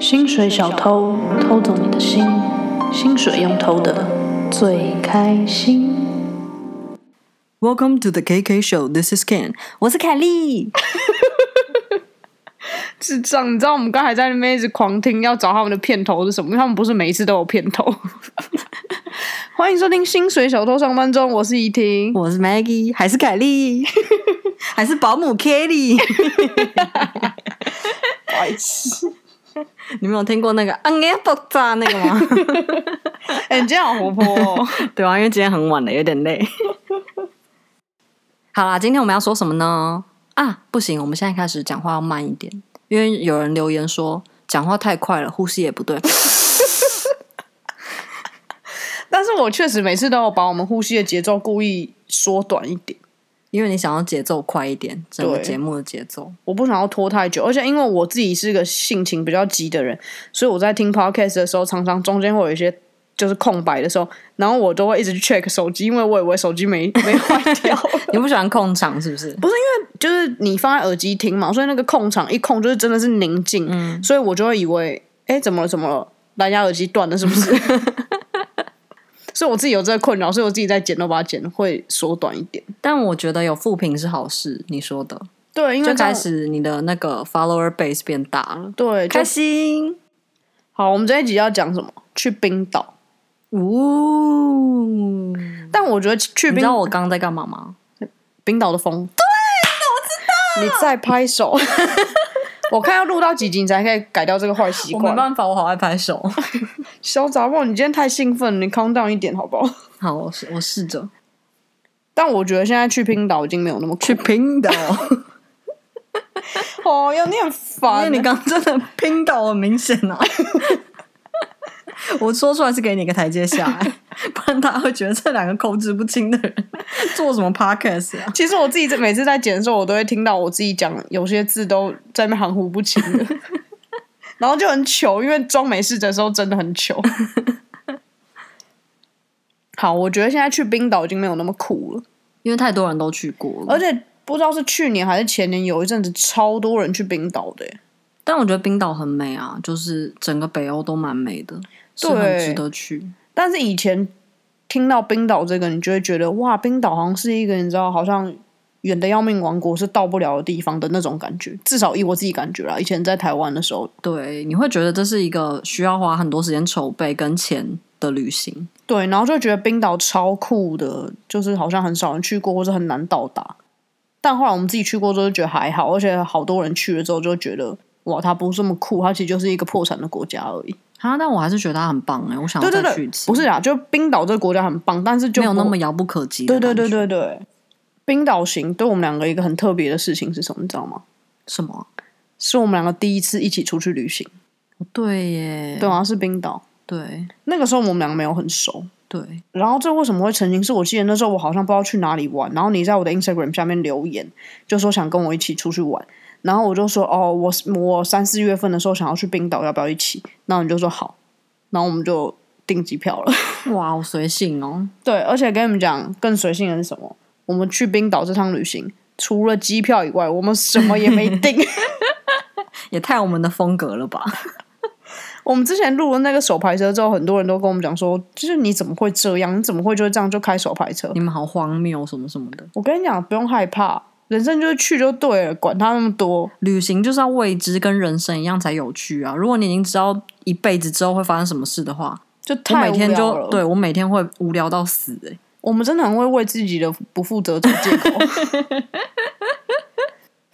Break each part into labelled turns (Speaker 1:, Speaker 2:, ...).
Speaker 1: 薪水小偷偷走你的心，薪水用偷的最开心。
Speaker 2: Welcome to the KK Show. This is Ken. 我是凯莉。
Speaker 1: 智障，你知道我们刚才在那边一直狂听，要找他们的片头是什么？因为他们不是每一次都有片头。 欢迎收听《薪水小偷上班中》，我是怡婷。
Speaker 2: 我是 Maggie，还是凯莉， 还是保姆 Kelly？
Speaker 1: 白痴！
Speaker 2: 你们有听过那个 a n g e b o x 那个吗？
Speaker 1: 哎、你今天好活泼哦。
Speaker 2: 对啊，因为今天很晚了，有点 累。好啦，今天我们要说什么呢？啊，不行，我们现在开始讲话要慢一点，因为有人留言说讲话太快了，呼吸也不对。
Speaker 1: 但是我确实每次都有把我们呼吸的节奏故意缩短一点，
Speaker 2: 因为你想要节奏快一点，整个
Speaker 1: 对
Speaker 2: 节目的节奏。
Speaker 1: 我不想要拖太久。而且因为我自己是个性情比较急的人，所以我在听 podcast 的时候，常常中间会有一些就是空白的时候，然后我都会一直去 check 手机，因为我以为手机没没坏 掉。
Speaker 2: 你不喜欢控场是不是？
Speaker 1: 就是你放在耳机听嘛，所以那个空场一空就是真的是宁静，
Speaker 2: 嗯
Speaker 1: 所以我就会以为，哎，怎么了？怎么了？蓝牙耳机断了是 不是？所以我自己有这个困扰，所以我自己在剪都把它剪会缩短一点。
Speaker 2: 但我觉得有负评是好事，你说的。
Speaker 1: 对，因为
Speaker 2: 就
Speaker 1: 这样
Speaker 2: 开始你的那个 follower base 变大了，
Speaker 1: 对，就
Speaker 2: 开心。
Speaker 1: 好，我们这一集要讲什么？去冰岛。
Speaker 2: 呜、
Speaker 1: 但我觉得去
Speaker 2: 你
Speaker 1: 冰
Speaker 2: 知道我刚刚在干嘛吗？
Speaker 1: 冰岛的风，对，我知道。你在拍手， 我看要录到几集你才可以改掉这个坏习惯。
Speaker 2: 办法，我好爱拍手。
Speaker 1: 小杂货，你今天太兴奋了，你 calm down 一点好不好？
Speaker 2: 好，我试我试着
Speaker 1: 但我觉得现在去冰岛已经没有那么
Speaker 2: 去冰岛，
Speaker 1: 哦，要念
Speaker 2: 因
Speaker 1: 烦
Speaker 2: 为你刚刚真的冰岛很明显 啊。我说出来是给你一个台阶下、哎不然他会觉得这两个口齿不清的人做什么 podcast 啊？
Speaker 1: 其实我自己在每次在剪的时候，我都会听到我自己讲有些字都在那边含糊不清的， 然后就很糗，因为装没事的时候真的很 糗。好，我觉得现在去冰岛已经没有那么酷了，
Speaker 2: 因为太多人都去过了，
Speaker 1: 而且不知道是去年还是前年，有一阵子超多人去冰岛的欸耶。
Speaker 2: 但我觉得冰岛很美啊，就是整个北欧都蛮美的，是很
Speaker 1: 对
Speaker 2: 值得去。
Speaker 1: 但是以前听到冰岛这个，你就会觉得哇，冰岛好像是一个你知道，好像远的要命王国是到不了的地方的那种感觉。至少以我自己感觉啦，以前在台湾的时候，
Speaker 2: 对，你会觉得这是一个需要花很多时间筹备跟钱的旅行。
Speaker 1: 对，然后就觉得冰岛超酷的，就是好像很少人去过，或是很难到达。但后来我们自己去过之后，就觉得还好，而且好多人去了之后就觉得，哇，它不是这么酷，它其实就是一个破产的国家而已。
Speaker 2: 啊，但我还是觉得它很棒哎、我想要
Speaker 1: 对对
Speaker 2: 再去
Speaker 1: 对
Speaker 2: 一，次。
Speaker 1: 不是啊，就冰岛这个国家很棒，但是就
Speaker 2: 没有那
Speaker 1: 不
Speaker 2: 么遥不可及。
Speaker 1: 对对对，对对。冰岛行对我们两个一个很特别的事情是什么？你知道吗？
Speaker 2: 什么？啊
Speaker 1: 是我们两个第一次一起出去旅行，
Speaker 2: 对耶，
Speaker 1: 对啊，是冰岛。
Speaker 2: 对
Speaker 1: 那个时候我们两个没有很熟，
Speaker 2: 对，
Speaker 1: 然后这为什么会成型？是我记得那时候我好像不知道去哪里玩，然后你在我的 Instagram 下面留言，就说想跟我一起出去玩，然后我就说哦，我我三四月份的时候想要去冰岛，要不要一起？然后你就说好，然后我们就订机票了。
Speaker 2: 哇，好随性哦。
Speaker 1: 对，而且跟你们讲，更随性的是什么？我们去冰岛这趟旅行，除了机票以外，我们什么也没订。
Speaker 2: 也太我们的风格了 吧？
Speaker 1: 我们之前录了那个手排车之后，很多人都跟我们讲说，就是你怎么会这样？你怎么会就这样就开手排车？
Speaker 2: 你们好荒谬，什么什么的。
Speaker 1: 我跟你讲，不用害怕，人生就是去就对了，管他那么多。
Speaker 2: 旅行就是要未知，跟人生一样才有趣啊！如果你已经知道一辈子之后会发生什么事的话，
Speaker 1: 就
Speaker 2: 我
Speaker 1: 太
Speaker 2: 每
Speaker 1: 无
Speaker 2: 天
Speaker 1: 聊了
Speaker 2: 就，对我每天会无聊到死哎、
Speaker 1: 我们真的很会为自己的不负责找借口。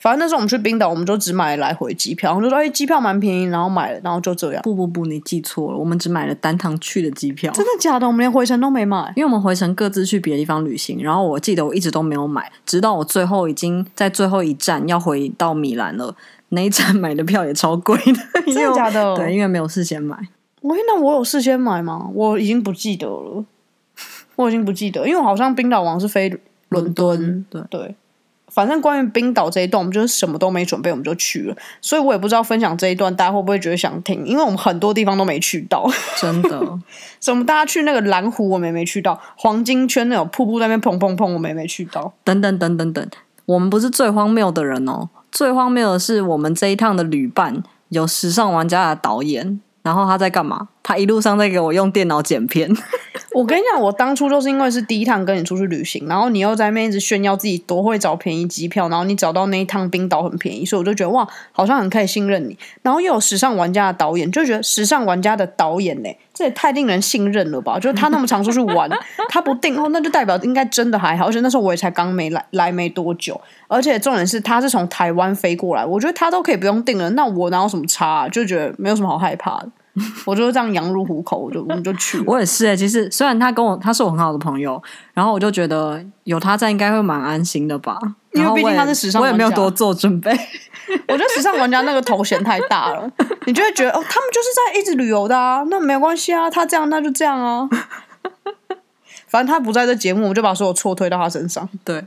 Speaker 1: 反正那时候我们去冰岛，我们就只买来回机票，我们就说哎，机票蛮便宜，然后买了，然后就这样。
Speaker 2: 不不不，你记错了，我们只买了单趟去的机票。
Speaker 1: 真的假的？我们连回程都没买。
Speaker 2: 因为我们回程各自去别的地方旅行，然后我记得我一直都没有买，直到我最后已经在最后一站要回到米兰了，那一站买的票也超贵的，
Speaker 1: 真
Speaker 2: 因为
Speaker 1: 的
Speaker 2: 我
Speaker 1: 假的？
Speaker 2: 对，因为没有事先买。
Speaker 1: 喂，那我有事先买吗？我已经不记得了，我已经不记得，因为我好像冰岛王是飞伦敦，
Speaker 2: 对，
Speaker 1: 对。反正关于冰岛这一段，我们就是什么都没准备，我们就去了，所以我也不知道分享这一段大家会不会觉得想听，因为我们很多地方都没去到，
Speaker 2: 真的，
Speaker 1: 什么大家去那个蓝湖我们也没去到，黄金圈那种瀑布在那边砰砰砰我们也没去到，
Speaker 2: 等等等等等，我们不是最荒谬的人哦，最荒谬的是我们这一趟的旅伴有时尚玩家的导演，然后他在干嘛？他一路上在给我用电脑剪片，
Speaker 1: 我跟你讲，我当初就是因为是第一趟跟你出去旅行，然后你又在那边一直炫耀自己多会找便宜机票，然后你找到那一趟冰岛很便宜，所以我就觉得哇，好像很可以信任你。然后又有时尚玩家的导演，就觉得时尚玩家的导演呢、这也太令人信任了吧？就是他那么常出去玩，他不定哦，那就代表应该真的还好。而且那时候我也才刚没来来没多久，而且重点是他是从台湾飞过来，我觉得他都可以不用定了，那我哪有什么差、啊？就觉得没有什么好害怕的。我就是这样羊入虎口，我就我们就去了。
Speaker 2: 我也是哎、其实虽然他跟我他是我很好的朋友，然后我就觉得有他在应该会蛮安心的吧，
Speaker 1: 因为
Speaker 2: 然后
Speaker 1: 毕竟
Speaker 2: 我也
Speaker 1: 他是时尚
Speaker 2: 我也没有
Speaker 1: 玩家
Speaker 2: 多做准备。
Speaker 1: 我觉得时尚玩家那个头衔太大了，你就会觉得哦，他们就是在一直旅游的啊，那没关系啊，他这样那就这样啊。反正他不在这节目，我就把所有错推到他身上。
Speaker 2: 对，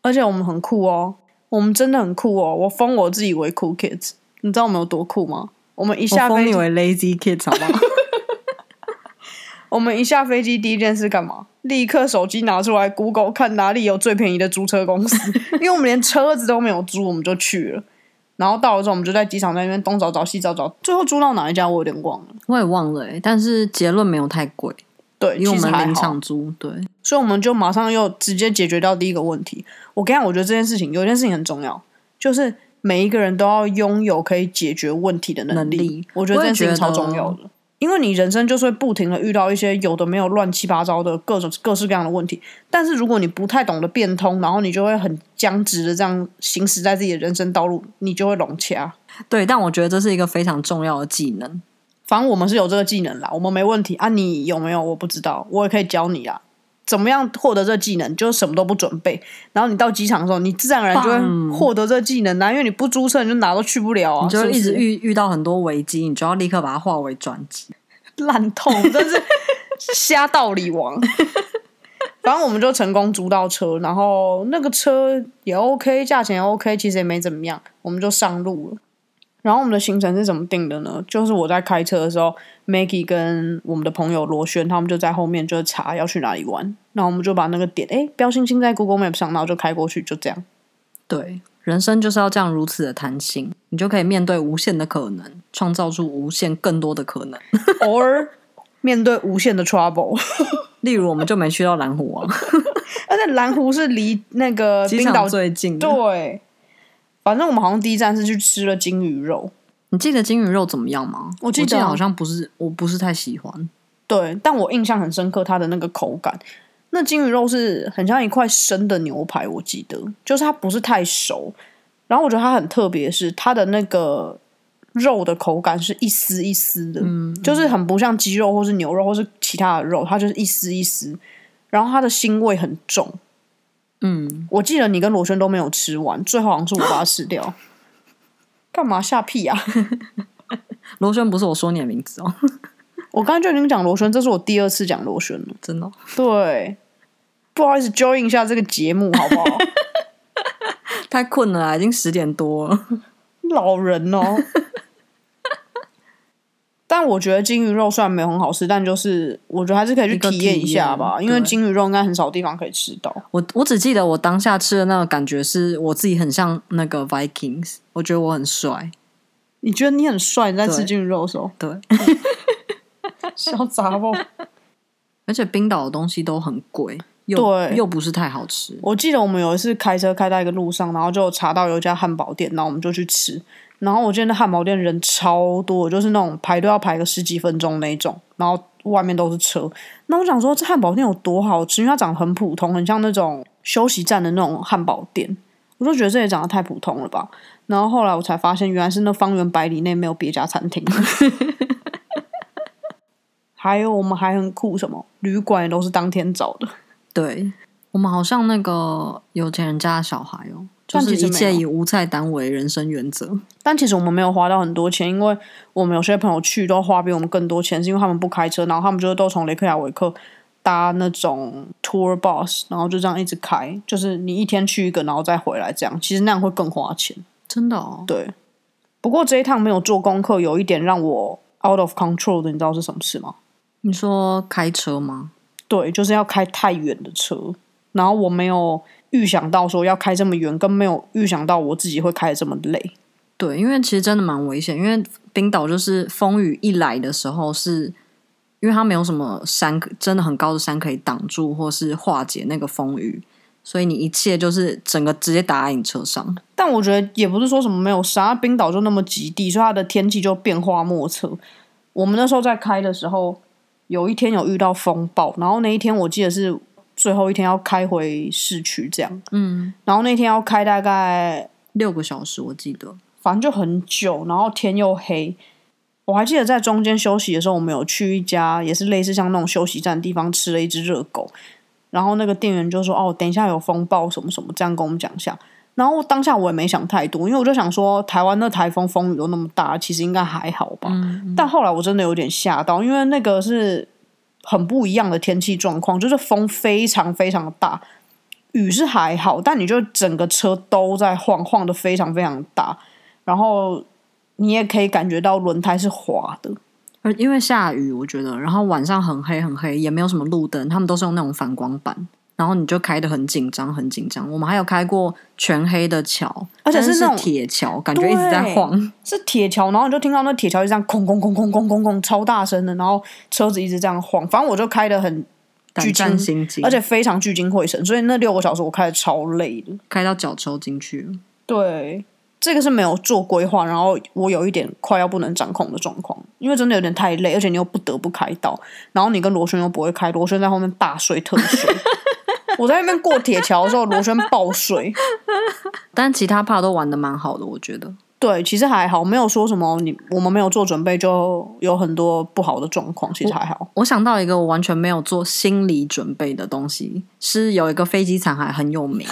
Speaker 1: 而且我们很酷哦，我们真的很酷哦，我封我自己为酷 kids，你知道我们有多酷吗？我们一
Speaker 2: 我
Speaker 1: 下
Speaker 2: 封
Speaker 1: 飞
Speaker 2: 你
Speaker 1: 机，我
Speaker 2: 为 lazy kid 好不好？
Speaker 1: 们一下飞机第一件事干嘛？立刻手机拿出来 Google 看哪里有最便宜的租车 公司，因为我们连车子都没有租，我们就去了。然后到了之后，我们就在机场在那边东找找西找找，最后租到哪一家我有点忘了。
Speaker 2: 我也忘了哎、但是结论没有太贵，
Speaker 1: 对，
Speaker 2: 因为
Speaker 1: 其
Speaker 2: 我
Speaker 1: 实
Speaker 2: 们
Speaker 1: 还
Speaker 2: 临
Speaker 1: 好，
Speaker 2: 场租，对，
Speaker 1: 所以我们就马上又直接解决掉第一个问题。我跟你讲，我觉得这件事情有一件事情很重要，就是每一个人都要拥有可以解决问题的能力。
Speaker 2: 能力
Speaker 1: 我觉得这件事情超重要
Speaker 2: 我也
Speaker 1: 的，因为你人生就是会不停的遇到一些有的没有乱七八糟的各种各式各样的问题，但是如果你不太懂得变通，然后你就会很僵直的这样行驶在自己的人生道路，你就会融洽。
Speaker 2: 对，但我觉得这是一个非常重要的技能。
Speaker 1: 反正我们是有这个技能啦，我们没问题啊。你有没有？我不知道，我也可以教你啦。怎么样获得这技能？就是什么都不准备，然后你到机场的时候，你自然而然就
Speaker 2: 棒
Speaker 1: 会获得这技能啦、啊因为你不注册，你就哪都去不了啊，
Speaker 2: 你就是会
Speaker 1: 不
Speaker 2: 一直
Speaker 1: 是
Speaker 2: 遇遇到很多危机，你就要立刻把它化为转机。
Speaker 1: 烂透，真是瞎道理王。反正我们就成功租到车，然后那个车也 OK，价钱也 OK，其实也没怎么样，我们就上路了。然后我们的行程是怎么定的呢？就是我在开车的时候，Maggie 跟我们的朋友罗轩他们就在后面就查要去哪里玩，然后我们就把那个点哎标星星在 Google Map 上，然后就开过去，就这 样。
Speaker 2: 对，人生就是要这样如此的弹性，你就可以面对无限的可能，创造出无限更多的可能。
Speaker 1: 偶尔面对无限的 trouble，
Speaker 2: 例如，我们就没去到蓝湖王啊
Speaker 1: 而且蓝湖是离那个
Speaker 2: 机
Speaker 1: 冰岛
Speaker 2: 场最近的。
Speaker 1: 对，反正我们好像第一站是去吃了金鱼肉，
Speaker 2: 你记得金鱼肉怎么样吗？
Speaker 1: 我记
Speaker 2: 记
Speaker 1: 得啊
Speaker 2: 好像不是，我不是太喜欢。
Speaker 1: 对，但我印象很深刻它的那个口感。那金鱼肉是很像一块生的牛排，我记得，就是它不是太熟。然后我觉得它很特别，是它的那个肉的口感是一丝一丝的，就是很不像鸡肉或是牛肉或是其他的肉，它就是一丝一丝。然后它的腥味很重，
Speaker 2: 嗯，
Speaker 1: 我记得你跟罗轩都没有吃完，最后好像是我把它吃掉。干嘛下屁啊？
Speaker 2: 罗轩不是我说你的名字哦，
Speaker 1: 我刚才就已经讲螺旋，这是我第二次讲螺旋了。
Speaker 2: 真的哦、
Speaker 1: 对，不好意思，join 一下这个节目好不好？
Speaker 2: 太困了啦，已经十点多了。
Speaker 1: 老人哦。但我觉得金鱼肉虽然没有很好吃，但就是我觉得还是可以去
Speaker 2: 一个
Speaker 1: 体验一下
Speaker 2: 体验
Speaker 1: 吧，因为
Speaker 2: 对
Speaker 1: 金鱼肉应该很少地方可以吃到。
Speaker 2: 我我只记得我当下吃的那个感觉是我自己很像那个 Vikings，我觉得我很帅。
Speaker 1: 你觉得你很帅？你在吃
Speaker 2: 对
Speaker 1: 金鱼肉的时候，
Speaker 2: 对，
Speaker 1: 小杂包。
Speaker 2: 而且冰岛的东西都很贵，又
Speaker 1: 对
Speaker 2: 又不是太好吃。
Speaker 1: 我记得我们有一次开车开到一个路上，然后就查到有一家汉堡店，然后我们就去吃。然后我记得那汉堡店人超多，就是那种排队要排个十几分钟那一种，然后外面都是车。那我想说这汉堡店有多好吃，因为它长得很普通，很像那种休息站的那种汉堡店。我就觉得这也长得太普通了吧。然后后来我才发现，原来是那方圆百里内没有别家餐厅。 还有我们还很酷，什么旅馆也都是当天找的。
Speaker 2: 对我们好像那个有钱人家的小孩哦，就
Speaker 1: 但
Speaker 2: 是
Speaker 1: 其实
Speaker 2: 一切
Speaker 1: 没有
Speaker 2: 以无菜单为人生原则。
Speaker 1: 但其实我们没有花到很多钱，因为我们有些朋友去都花比我们更多钱，是因为他们不开车，然后他们就是都从雷克雅维克搭那种 tour bus，然后就这样一直开，就是你一天去一个，然后再回来这样，其实那样会更花钱。
Speaker 2: 真的哦，
Speaker 1: 对，不过这一趟没有做功课，有一点让我 out of control 的，你知道是什么事吗？
Speaker 2: 你说开车吗？
Speaker 1: 对，就是要开太远的车，然后我没有预想到说要开这么远，跟没有预想到我自己会开得这么累。
Speaker 2: 对，因为其实真的蛮危险，因为冰岛就是风雨一来的时候是，因为它没有什么山可，真的很高的山可以挡住或是化解那个风雨，所以你一切就是整个直接打在你车上。
Speaker 1: 但我觉得也不是说什么没有沙，冰岛就那么极地，所以它的天气就变化莫测。我们那时候在开的时候，有一天有遇到风暴，然后那一天我记得是最后一天要开回市区这样，
Speaker 2: 嗯，
Speaker 1: 然后那天要开大概
Speaker 2: 六个小时我记得，
Speaker 1: 反正就很久，然后天又黑。我还记得在中间休息的时候，我们有去一家也是类似像那种休息站的地方吃了一只热狗，然后那个店员就说：“哦，等一下有风暴什么什么，这样跟我们讲一下。”然后当下我也没想太多，因为我就想说，台湾那台风风雨都那么大，其实应该还好吧。但后来我真的有点吓到，因为那个是很不一样的天气状况，就是风非常非常大，雨是还好，但你就整个车都在晃，晃的非常非常大，然后你也可以感觉到轮胎是滑的。
Speaker 2: 而因为下雨，我觉得，然后晚上很黑很黑，也没有什么路灯，他们都是用那种反光板，然后你就开的很紧张很紧张。我们还有开过全黑的桥，
Speaker 1: 而且
Speaker 2: 但
Speaker 1: 是
Speaker 2: 是
Speaker 1: 那种
Speaker 2: 铁桥，感觉一直在
Speaker 1: 对
Speaker 2: 晃。
Speaker 1: 是铁桥，然后你就听到那铁桥就这样空空空空空空空超大声的，然后车子一直这样晃，反正我就开的很
Speaker 2: 胆
Speaker 1: 巨
Speaker 2: 战
Speaker 1: 鲸
Speaker 2: 心惊，
Speaker 1: 而且非常聚精会神，所以那六个小时我开的超累的。
Speaker 2: 开到脚抽进去了。
Speaker 1: 对，这个是没有做规划，然后我有一点快要不能掌控的状况，因为真的有点太累，而且你又不得不开道，然后你跟罗轩又不会开，罗轩在后面大睡特睡。 我在那边过铁桥的时候，罗轩爆睡。
Speaker 2: 但其他趴都玩的蛮好的，我觉得。
Speaker 1: 对，其实还好，没有说什么你我们没有做准备就有很多不好的状况，其实还好。
Speaker 2: 我想到一个我完全没有做心理准备的东西，是有一个飞机残骸很有名，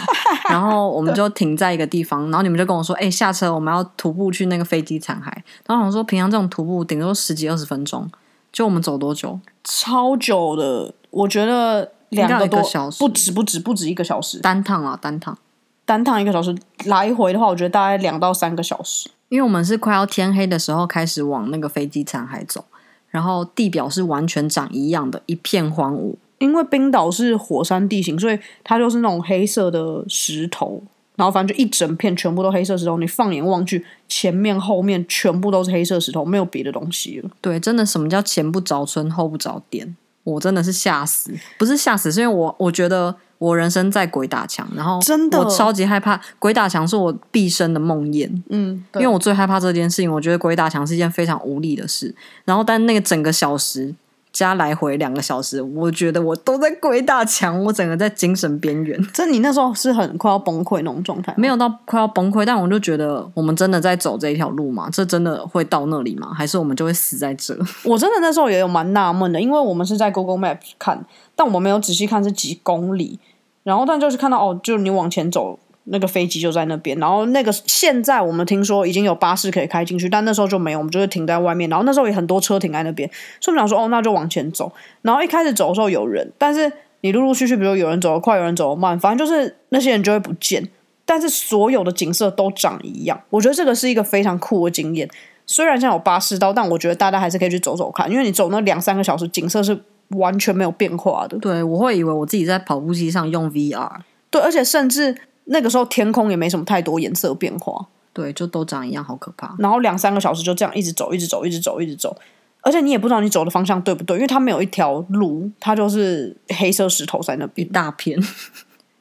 Speaker 2: 然后我们就停在一个地方，然后你们就跟我说：“哎、下车，我们要徒步去那个飞机残骸。”然后我想说，平常这种徒步顶多十几二十分钟，就我们走多久？
Speaker 1: 超久的，我觉得两
Speaker 2: 应该有
Speaker 1: 个
Speaker 2: 一个
Speaker 1: 多
Speaker 2: 小时
Speaker 1: 不止不止不止一个小时，
Speaker 2: 单趟啊，单趟，
Speaker 1: 单趟一个小时，来回的话，我觉得大概两到三个小时。
Speaker 2: 因为我们是快要天黑的时候开始往那个飞机残骸走，然后地表是完全长一样的，一片荒芜，
Speaker 1: 因为冰岛是火山地形，所以它就是那种黑色的石头，然后反正就一整片全部都黑色石头。你放眼望去，前面后面全部都是黑色石头，没有别的东西了。
Speaker 2: 对，真的什么叫前不着村后不着店，我真的是吓死，不是吓死，是因为我我觉得我人生在鬼打墙，然后
Speaker 1: 真的
Speaker 2: 我超级害怕鬼打墙是我毕生的梦魇，
Speaker 1: 嗯，
Speaker 2: 因为我最害怕这件事情，我觉得鬼打墙是一件非常无力的事，然后但那个整个小时。加来回两个小时，我觉得我都在鬼打墙，我整个在精神边缘，
Speaker 1: 这你那时候是很快要崩溃那种状态吗，
Speaker 2: 没有到快要崩溃，但我就觉得我们真的在走这一条路吗？这真的会到那里吗？还是我们就会死在这？
Speaker 1: 我真的那时候也有蛮纳闷的，因为我们是在 Google Map 看，但我们没有仔细看是几公里，然后但就是看到哦，就你往前走，那个飞机就在那边，然后那个现在我们听说已经有巴士可以开进去，但那时候就没有，我们就是停在外面，然后那时候也很多车停在那边，所以我们想说哦，那就往前走，然后一开始走的时候有人，但是你陆陆续续，比如有人走得快，有人走得慢，反正就是那些人就会不见。但是所有的景色都长一样，我觉得这个是一个非常酷的经验。虽然现在有巴士到，但我觉得大家还是可以去走走看，因为你走那两三个小时，景色是完全没有变化的。
Speaker 2: 对，我会以为我自己在跑步机上用 VR，
Speaker 1: 对，而且甚至那个时候天空也没什么太多颜色变化，
Speaker 2: 对，就都长一样，好可怕。
Speaker 1: 然后两三个小时就这样一直走，一直走，一直走，一直走。而且你也不知道你走的方向对不对，因为它没有一条路，它就是黑色石头在那边。
Speaker 2: 大片，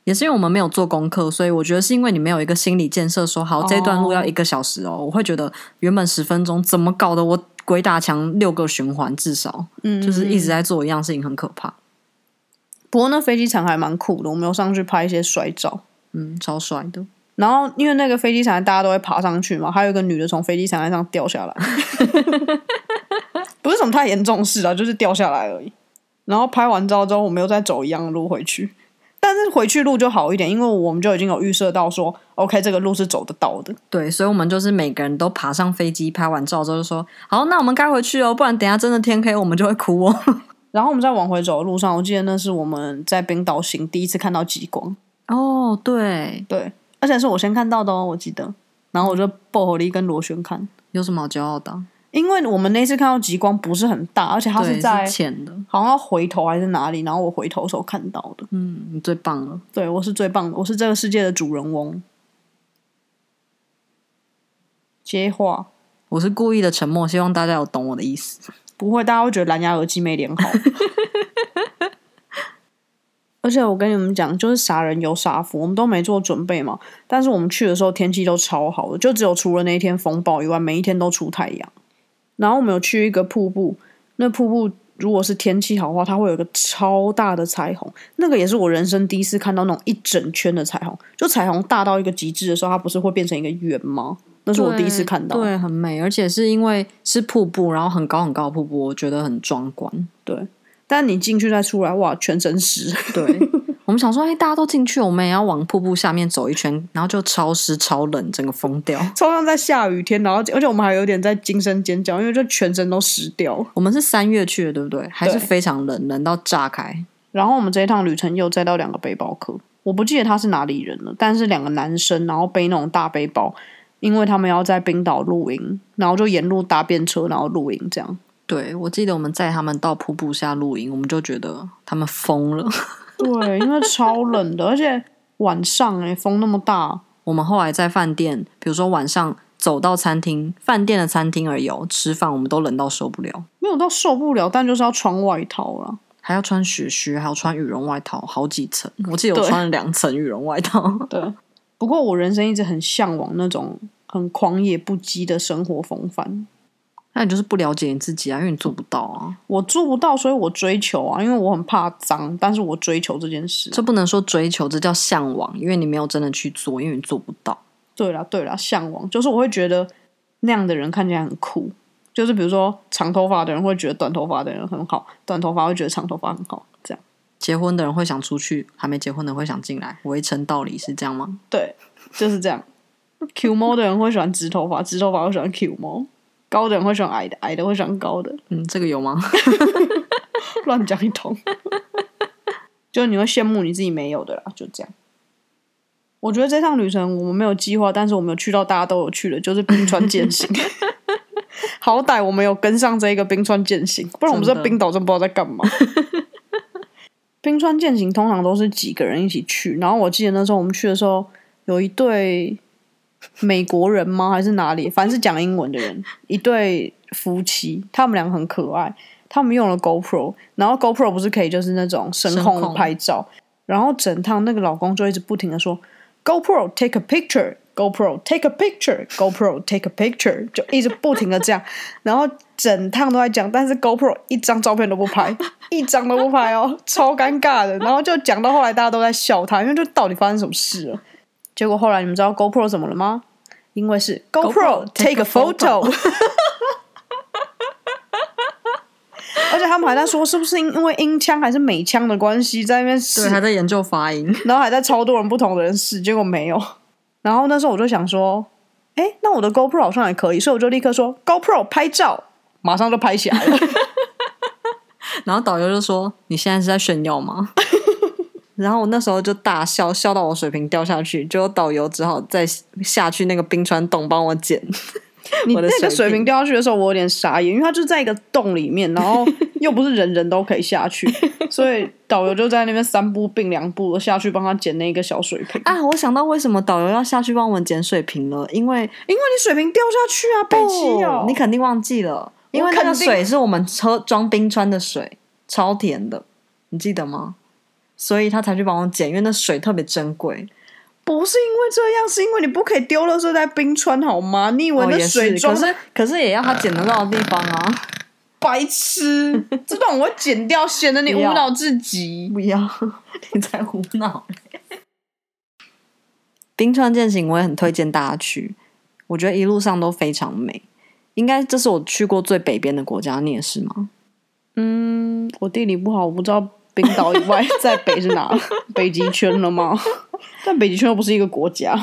Speaker 2: 也是因为我们没有做功课，所以我觉得是因为你没有一个心理建设，说好这段路要一个小时哦，我会觉得原本十分钟怎么搞的，我鬼打墙六个循环至少，嗯，就是一直在做一样事情，很可怕，
Speaker 1: 不过那飞机场还蛮酷的，我们有上去拍一些摔照。
Speaker 2: 嗯，超帅的。
Speaker 1: 然后因为那个飞机伞大家都会爬上去嘛，还有一个女的从飞机伞上掉下来， 不是什么太严重的事啊，就是掉下来而已。然后拍完照之后，我们又再走一样的路回去，但是回去路就好一点，因为我们就已经有预设到说，OK，这个路是走得到的。
Speaker 2: 对，所以我们就是每个人都爬上飞机，拍完照之后就说：“好，那我们该回去哦，不然等一下真的天黑，我们就会哭哦。
Speaker 1: 然后我们在往回走的路上，我记得那是我们在冰岛行第一次看到极光，”
Speaker 2: 哦，对，
Speaker 1: 对，而且是我先看到的哦，我记得。然后我就薄荷力跟罗轩看，
Speaker 2: 有什么好骄傲的啊？
Speaker 1: 因为我们那次看到极光不是很大，而且它
Speaker 2: 对，
Speaker 1: 是在
Speaker 2: 是浅的，
Speaker 1: 好像要回头还是哪里，然后我回头的时候看到的。
Speaker 2: 嗯，你最棒了。
Speaker 1: 对我是最棒的，我是这个世界的主人翁。接话
Speaker 2: 我是故意的沉默，希望大家有懂我的意思。
Speaker 1: 不会，大家会觉得蓝牙耳机没连好。 而且我跟你们讲，就是傻人有傻福，我们都没做准备嘛。但是我们去的时候天气都超好的，就只有除了那一天风暴以外，每一天都出太阳。然后我们有去一个瀑布，那瀑布如果是天气好的话，它会有一个超大的彩虹，那个也是我人生第一次看到那种一整圈的彩虹。就彩虹大到一个极致的时候，它不是会变成一个圆吗？那是我第一次看到。
Speaker 2: 对，很美，而且是因为是瀑布，然后很高很高的瀑布，我觉得很壮观。
Speaker 1: 但你进去再出来，哇，全身湿。
Speaker 2: 对， 我们想说，哎、大家都进去，我们也要往瀑布下面走一圈，然后就超湿超冷，整个疯掉。
Speaker 1: 超像在下雨天，然后而且我们还有点在惊声尖叫，因为就全身都湿掉。
Speaker 2: 我们是三月去的，对不对？还
Speaker 1: 对
Speaker 2: 是非常冷，冷到炸开。
Speaker 1: 然后我们这一趟旅程又载到两个背包客，我不记得他是哪里人了，但是两个男生，然后背那种大背包，因为他们要在冰岛露营，然后就沿路搭便车，然后露营这样。
Speaker 2: 对，我记得我们载他们到瀑布下露营，我们就觉得他们疯了。
Speaker 1: 对，因为超冷的，而且晚上哎、风那么大，
Speaker 2: 我们后来在饭店，比如说晚上走到餐厅，饭店的餐厅而已哦，吃饭我们都冷到受不了，
Speaker 1: 没有到受不了，但就是要穿外套啦。
Speaker 2: 还要穿雪靴，还要穿羽绒外套，好几层。我记得我
Speaker 1: 对
Speaker 2: 穿了两层羽绒外套。
Speaker 1: 对，不过我人生一直很向往那种很狂野不羁的生活风范。
Speaker 2: 那你就是不了解你自己啊，因为你做不到啊。
Speaker 1: 我做不到，所以我追求啊，因为我很怕脏，但是我追求这件事。
Speaker 2: 这不能说追求，这叫向往，因为你没有真的去做，因为你做不到。
Speaker 1: 对啦，对啦，向往就是我会觉得那样的人看起来很酷，就是比如说长头发的人会觉得短头发的人很好，短头发会觉得长头发很好，这样
Speaker 2: 结婚的人会想出去，还没结婚的会想进来，围城道理是这样吗？
Speaker 1: 对，就是这样。Q 猫的人会喜欢直头发，直头发会喜欢 Q 猫，高的人会喜欢矮的，矮的会喜欢高的，
Speaker 2: 嗯，这个有吗？
Speaker 1: 乱讲一通，就你会羡慕你自己没有的啦，就这样。我觉得这趟旅程我们没有计划，但是我们有去到大家都有去的，就是冰川健 行。好歹我们有跟上这一个冰川健行，不然我们
Speaker 2: 真
Speaker 1: 在
Speaker 2: 的
Speaker 1: 冰岛真不知道在干 嘛。冰川健行通常都是几个人一起去，然后我记得那时候我们去的时候，有一对美国人吗？还是哪里？反正是讲英文的人，一对夫妻，他们两个很可爱。他们用了 GoPro，然后 GoPro 不是可以就是那种声
Speaker 2: 声控
Speaker 1: 控拍照，然后整趟那个老公就一直不停的说 GoPro take a picture。GoPro take a picture, GoPro take a picture，就一直不停的这样，然后整趟都在讲，但是 GoPro 一张照片都不 拍，一张都不拍哦，超尴尬的。然后就讲到后来，大家都在笑他，因为就到底发生什么事了？结果后来你们知道 GoPro 怎么了吗？因为是 GoPro take a photo，而且他们还在说是不是因因为音腔还是美腔的关系，在那边试
Speaker 2: 对，还在研究发音。
Speaker 1: 然后还在超多人不同的人试，结果没有。然后那时候我就想说，哎，那我的 GoPro 好像也可以，所以我就立刻说 GoPro 拍照，马上就拍起 来了。
Speaker 2: 然后导游就说：“你现在是在炫耀吗？” 然后我那时候就大笑，笑到我水瓶掉下去，结果导游只好再下去那个冰川洞帮我捡。
Speaker 1: 你
Speaker 2: 我的
Speaker 1: 那个
Speaker 2: 水
Speaker 1: 水
Speaker 2: 平
Speaker 1: 平掉下去的时候，我有点傻眼，因为它就在一个洞里面，然后又不是人人都可以下去，所以导游就在那边三步并两步地下去帮他捡那个小水瓶。因
Speaker 2: 啊，我想到为什么导游要下去帮我们捡水瓶了，因为
Speaker 1: 为你水瓶掉下去啊，北极哦，
Speaker 2: 你肯定忘记了，因为那个
Speaker 1: 肯定
Speaker 2: 水是我们喝装冰川的水，超甜的，你记得吗？所以他才去帮我捡，因为那水特别珍贵。
Speaker 1: 不是因为这样，是因为你不可以丢了是在冰川好吗？你以为
Speaker 2: 哦
Speaker 1: 那
Speaker 2: 也
Speaker 1: 水
Speaker 2: 是，可
Speaker 1: 装
Speaker 2: 是可是也要他捡得到的地方啊！
Speaker 1: 白 痴，这段我会剪掉，显得你
Speaker 2: 不
Speaker 1: 无
Speaker 2: 要
Speaker 1: 脑至极。
Speaker 2: 不要， 你在胡闹。冰川健行我也很推荐大家去，我觉得一路上都非常美。应该这是我去过最北边的国家，你也是吗？
Speaker 1: 嗯，我地理不好，我不知道冰岛以外在北是 哪，北极圈了吗？但北极圈又不是一个国家。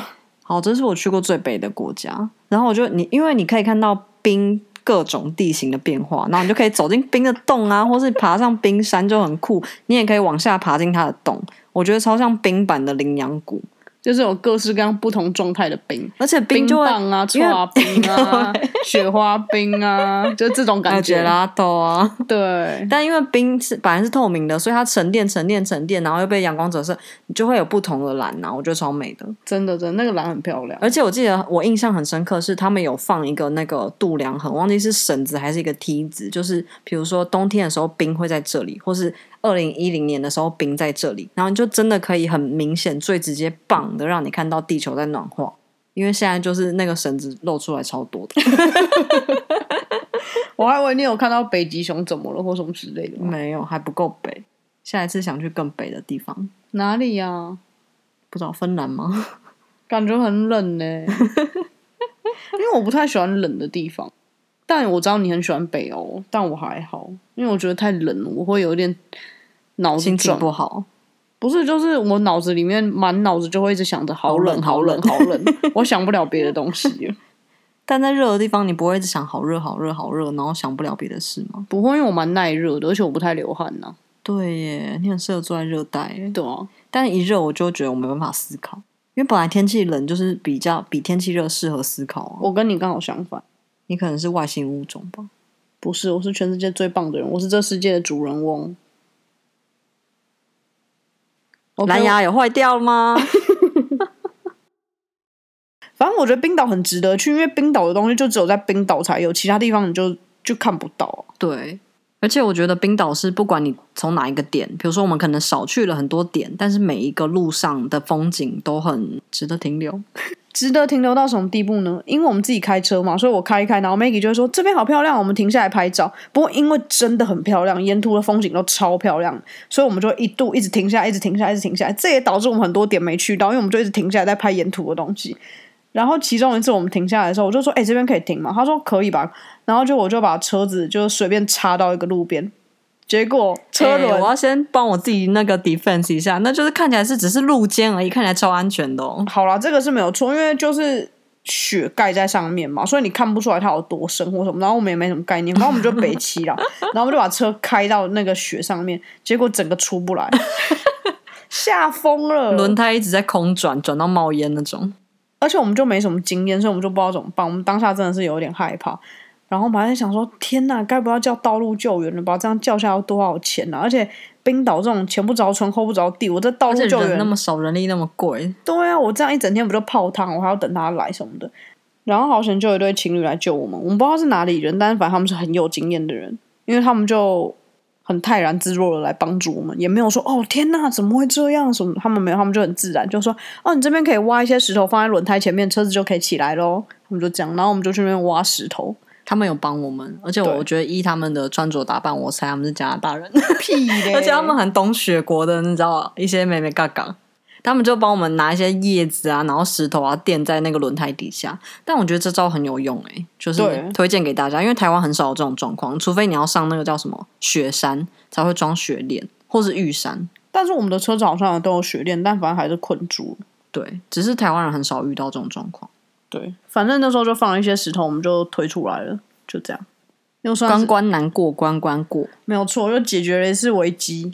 Speaker 2: 好，这是我去过最北的国家。然后我就你，因为你可以看到冰各种地形的变化，然后你就可以走进冰的洞啊，或是爬上冰山就很酷。你也可以往下爬进它的洞，我觉得超像冰版的羚羊谷。
Speaker 1: 就是有各式各样不同状态的冰，
Speaker 2: 而且
Speaker 1: 冰
Speaker 2: 就会
Speaker 1: 棒啊、
Speaker 2: 因为
Speaker 1: 搓冰 啊、雪花冰啊，就这种
Speaker 2: 啊
Speaker 1: 感 觉。
Speaker 2: ，gelato 啊，
Speaker 1: 对，
Speaker 2: 但因为冰是本来是透明的，所以它沉淀、沉淀、沉淀，然后又被阳光折射，你就会有不同的蓝啊，我觉得超美的。
Speaker 1: 真的真的，那个蓝很漂亮。
Speaker 2: 而且我记得我印象很深刻是，他们有放一个那个度量衡，忘记是绳子还是一个梯子，就是比如说冬天的时候冰会在这里，或是二零一零年的时候冰在这里，然后你就真的可以很明显、最直接、棒的让你看到地球在暖化。因为现在就是那个绳子露出来超多的，
Speaker 1: 我还以为你有看到北极熊怎么了或什么之类的吗。
Speaker 2: 没有还不够北，下一次想去更北的地方，
Speaker 1: 哪里呀、
Speaker 2: 不知道芬兰吗？
Speaker 1: 感觉很冷 呢、因为我不太喜欢冷的地方。但我知道你很喜欢北欧，但我还好，因为我觉得太冷，我会有一点脑子
Speaker 2: 心情
Speaker 1: 转
Speaker 2: 不好，
Speaker 1: 不是，就是我脑子里面满脑子就会一直想着好冷、
Speaker 2: 好
Speaker 1: 好
Speaker 2: 冷
Speaker 1: 冷、好冷， 我想不了别的东西了。
Speaker 2: 但在热的地方，你不会一直想好热、好热、好热，然后想不了别的事吗？
Speaker 1: 不会，因为我蛮耐热的，而且我不太流汗呐、
Speaker 2: 对耶，你很适合住在热带耶，
Speaker 1: 对啊，
Speaker 2: 但一热我就觉得我没办法思考，因为本来天气冷就是比较比天气热适合思考啊。
Speaker 1: 我跟你刚好相反，
Speaker 2: 你可能是外星物种吧？
Speaker 1: 不是，我是全世界最棒的人，我是这世界的主人翁。OK，
Speaker 2: 蓝牙有坏掉吗？
Speaker 1: 反正我觉得冰岛很值得去，因为冰岛的东西就只有在冰岛才有，其他地方你就就看不到啊、
Speaker 2: 对，而且我觉得冰岛是不管你从哪一个点，比如说我们可能少去了很多点，但是每一个路上的风景都很值得停留。
Speaker 1: 值得停留到什么地步呢？因为我们自己开车嘛，所以我开一开，然后 Maggie 就会说这边好漂亮，我们停下来拍照。不过因为真的很漂亮，沿途的风景都超漂亮，所以我们就一度一直停下来，一直停下来，一直停下来。这也导致我们很多点没去到，因为我们就一直停下来在拍沿途的东西。然后其中一次我们停下来的时候，我就说：“哎、这边可以停吗？”他说：“可以吧。”然后就我就把车子就随便插到一个路边，结果车轮、
Speaker 2: 欸我要先帮我自己那个 defense 一下，那就是看起来是只是路肩而已，看起来超安全的、哦。
Speaker 1: 好啦，这个是没有错，因为就是雪盖在上面嘛，所以你看不出来它有多深或什么。然后我们也没什么概念，然后我们就北骑 了，然后我们就把车开到那个雪上面，结果整个出不 来，吓疯了。
Speaker 2: 轮胎一直在空转，转到冒烟那种。
Speaker 1: 而且我们就没什么经验，所以我们就不知道怎么办。我们当下真的是有点害怕，然后我们还在想说：天呐，该不要叫道路救援了吧？这样叫下要多少钱呢、啊而且冰岛这种前不着村后不着地，我这道
Speaker 2: 而且
Speaker 1: 路救援
Speaker 2: 人那么少，人力那么贵，
Speaker 1: 对啊，我这样一整天不就泡汤，我还要等他来什么的。然后好险就有一对情侣来救我们，我们不知道是哪里人，但是反正他们是很有经验的人，因为他们就很泰然自若的来帮助我们，也没有说哦天呐怎么会这样什么，他们没有，他们就很自然就说哦你这边可以挖一些石头放在轮胎前面，车子就可以起来咯。他们就这样，然后我们就去那边挖石头，
Speaker 2: 他们有帮我们，而且我
Speaker 1: 对
Speaker 2: 我觉得依他们的穿着打扮，我猜他们是加拿大人，
Speaker 1: 屁嘞
Speaker 2: 而且他们很懂雪国的，你知道一些美美嘎嘎，他们就帮我们拿一些叶子啊，然后石头啊垫在那个轮胎底下。但我觉得这招很有用诶、欸就是
Speaker 1: 对
Speaker 2: 推荐给大家，因为台湾很少有这种状况，除非你要上那个叫什么雪山才会装雪链，或是玉山。
Speaker 1: 但是我们的车子好像都有雪链，但反正还是困住了。
Speaker 2: 对，只是台湾人很少遇到这种状况。
Speaker 1: 对，反正那时候就放了一些石头，我们就推出来了，就这样。又算
Speaker 2: 关
Speaker 1: 是
Speaker 2: 关难过关关过，
Speaker 1: 没有错，又解决了一次危机。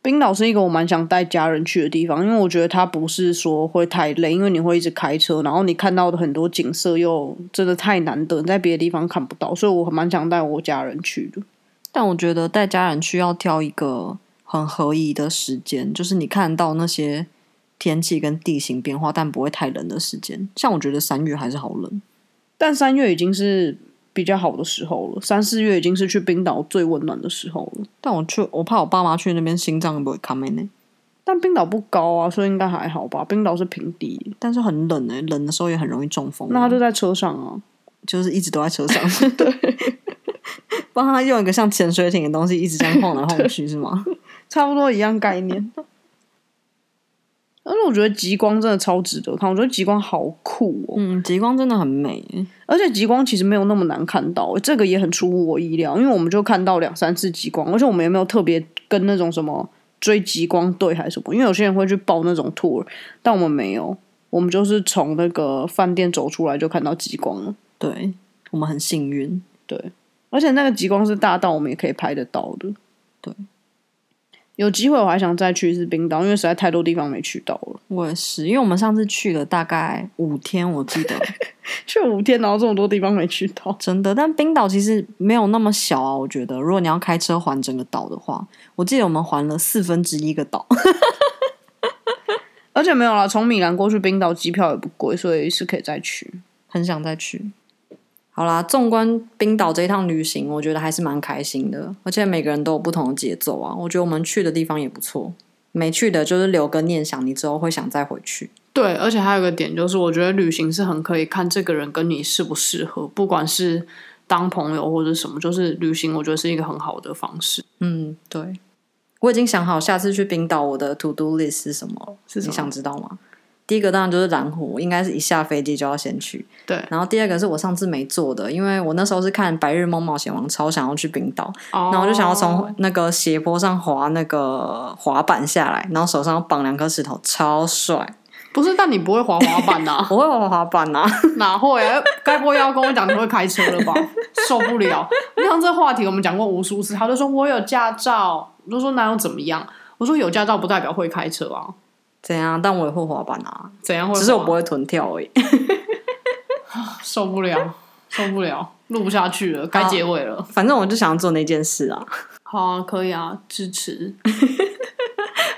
Speaker 1: 冰岛是一个我蛮想带家人去的地方，因为我觉得它不是说会太累，因为你会一直开车，然后你看到的很多景色又真的太难得，你在别的地方看不到，所以我蛮想带我家人去的。
Speaker 2: 但我觉得带家人去要挑一个很合宜的时间，就是你看到那些天气跟地形变化，但不会太冷的时间。像我觉得三月还是好冷，
Speaker 1: 但三月已经是比较好的时候了，三四月已经是去冰岛最温暖的时候了。
Speaker 2: 但我去，我怕我爸妈去那边心脏不会卡呢。
Speaker 1: 但冰岛不高啊，所以应该还好吧。冰岛是平地，
Speaker 2: 但是很冷诶、冷的时候也很容易中风。
Speaker 1: 那他就在车上啊。
Speaker 2: 就是一直都在车上，对， 帮他用一个像潜水艇的东西一直这样晃来晃去，是吗？
Speaker 1: 差不多一样概念。但是我觉得极光真的超值得看，我觉得极光好酷哦，
Speaker 2: 嗯，极光真的很美欸、
Speaker 1: 而且极光其实没有那么难看到，这个也很出乎我意料，因为我们就看到两三次极光，而且我们也没有特别跟那种什么追极光队还是什么，因为有些人会去报那种 tour，但我们没有，我们就是从那个饭店走出来就看到极光了，
Speaker 2: 对我们很幸运。
Speaker 1: 而且那个极光是大到我们也可以拍得到的，
Speaker 2: 对。
Speaker 1: 有机会我还想再去一次冰岛，因为实在太多地方没去到了。
Speaker 2: 我也是，因为我们上次去了大概五天，我记得
Speaker 1: 去了五天，然后这么多地方没去到，
Speaker 2: 真的。但冰岛其实没有那么小啊，我觉得，如果你要开车环整个岛的话，我记得我们环了四分之一个岛。
Speaker 1: 而且没有啦，从米兰过去冰岛机票也不贵，所以是可以再去。
Speaker 2: 很想再去。好啦，纵观冰岛这一趟旅行，我觉得还是蛮开心的，而且每个人都有不同的节奏啊。我觉得我们去的地方也不错，没去的就是留个念想，你之后会想再回去。
Speaker 1: 对，而且还有一个点就是，我觉得旅行是很可以看这个人跟你适不适合，不管是当朋友或者什么，就是旅行，我觉得是一个很好的方式。
Speaker 2: 嗯，对，我已经想好下次去冰岛我的 to do list 是什么了，
Speaker 1: 是什么
Speaker 2: 你想知道吗？第一个当然就是蓝湖，应该是一下飞机就要先去。
Speaker 1: 对，
Speaker 2: 然后第二个是我上次没做的，因为我那时候是看《白日梦冒险王》，超想要去冰岛，
Speaker 1: 然
Speaker 2: 然后我就想要从那个斜坡上滑那个滑板下来，然后手上绑两颗石头，超帅！
Speaker 1: 不是，但你不会滑滑板呐、
Speaker 2: 我会滑滑板啊，
Speaker 1: 哪会啊？该不会要跟我讲你会开车了吧？受不了！像这话题我们讲过无数次，他就说我有驾照，我就说那又怎么样？我说有驾照不代表会开车啊，
Speaker 2: 怎样？但我也会滑板啊，
Speaker 1: 怎样会？
Speaker 2: 只是我不会臀跳而已。
Speaker 1: 受不了，受不了，录不下去了，该结尾了。
Speaker 2: 反正我就想要做那件事啊，
Speaker 1: 好啊，可以啊，支 持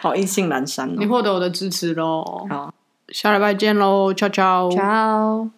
Speaker 2: 好意兴阑珊
Speaker 1: 你
Speaker 2: 哦。
Speaker 1: 获得我的支持喽。
Speaker 2: 好，
Speaker 1: 下礼拜见喽，ciao ciao，
Speaker 2: ciao。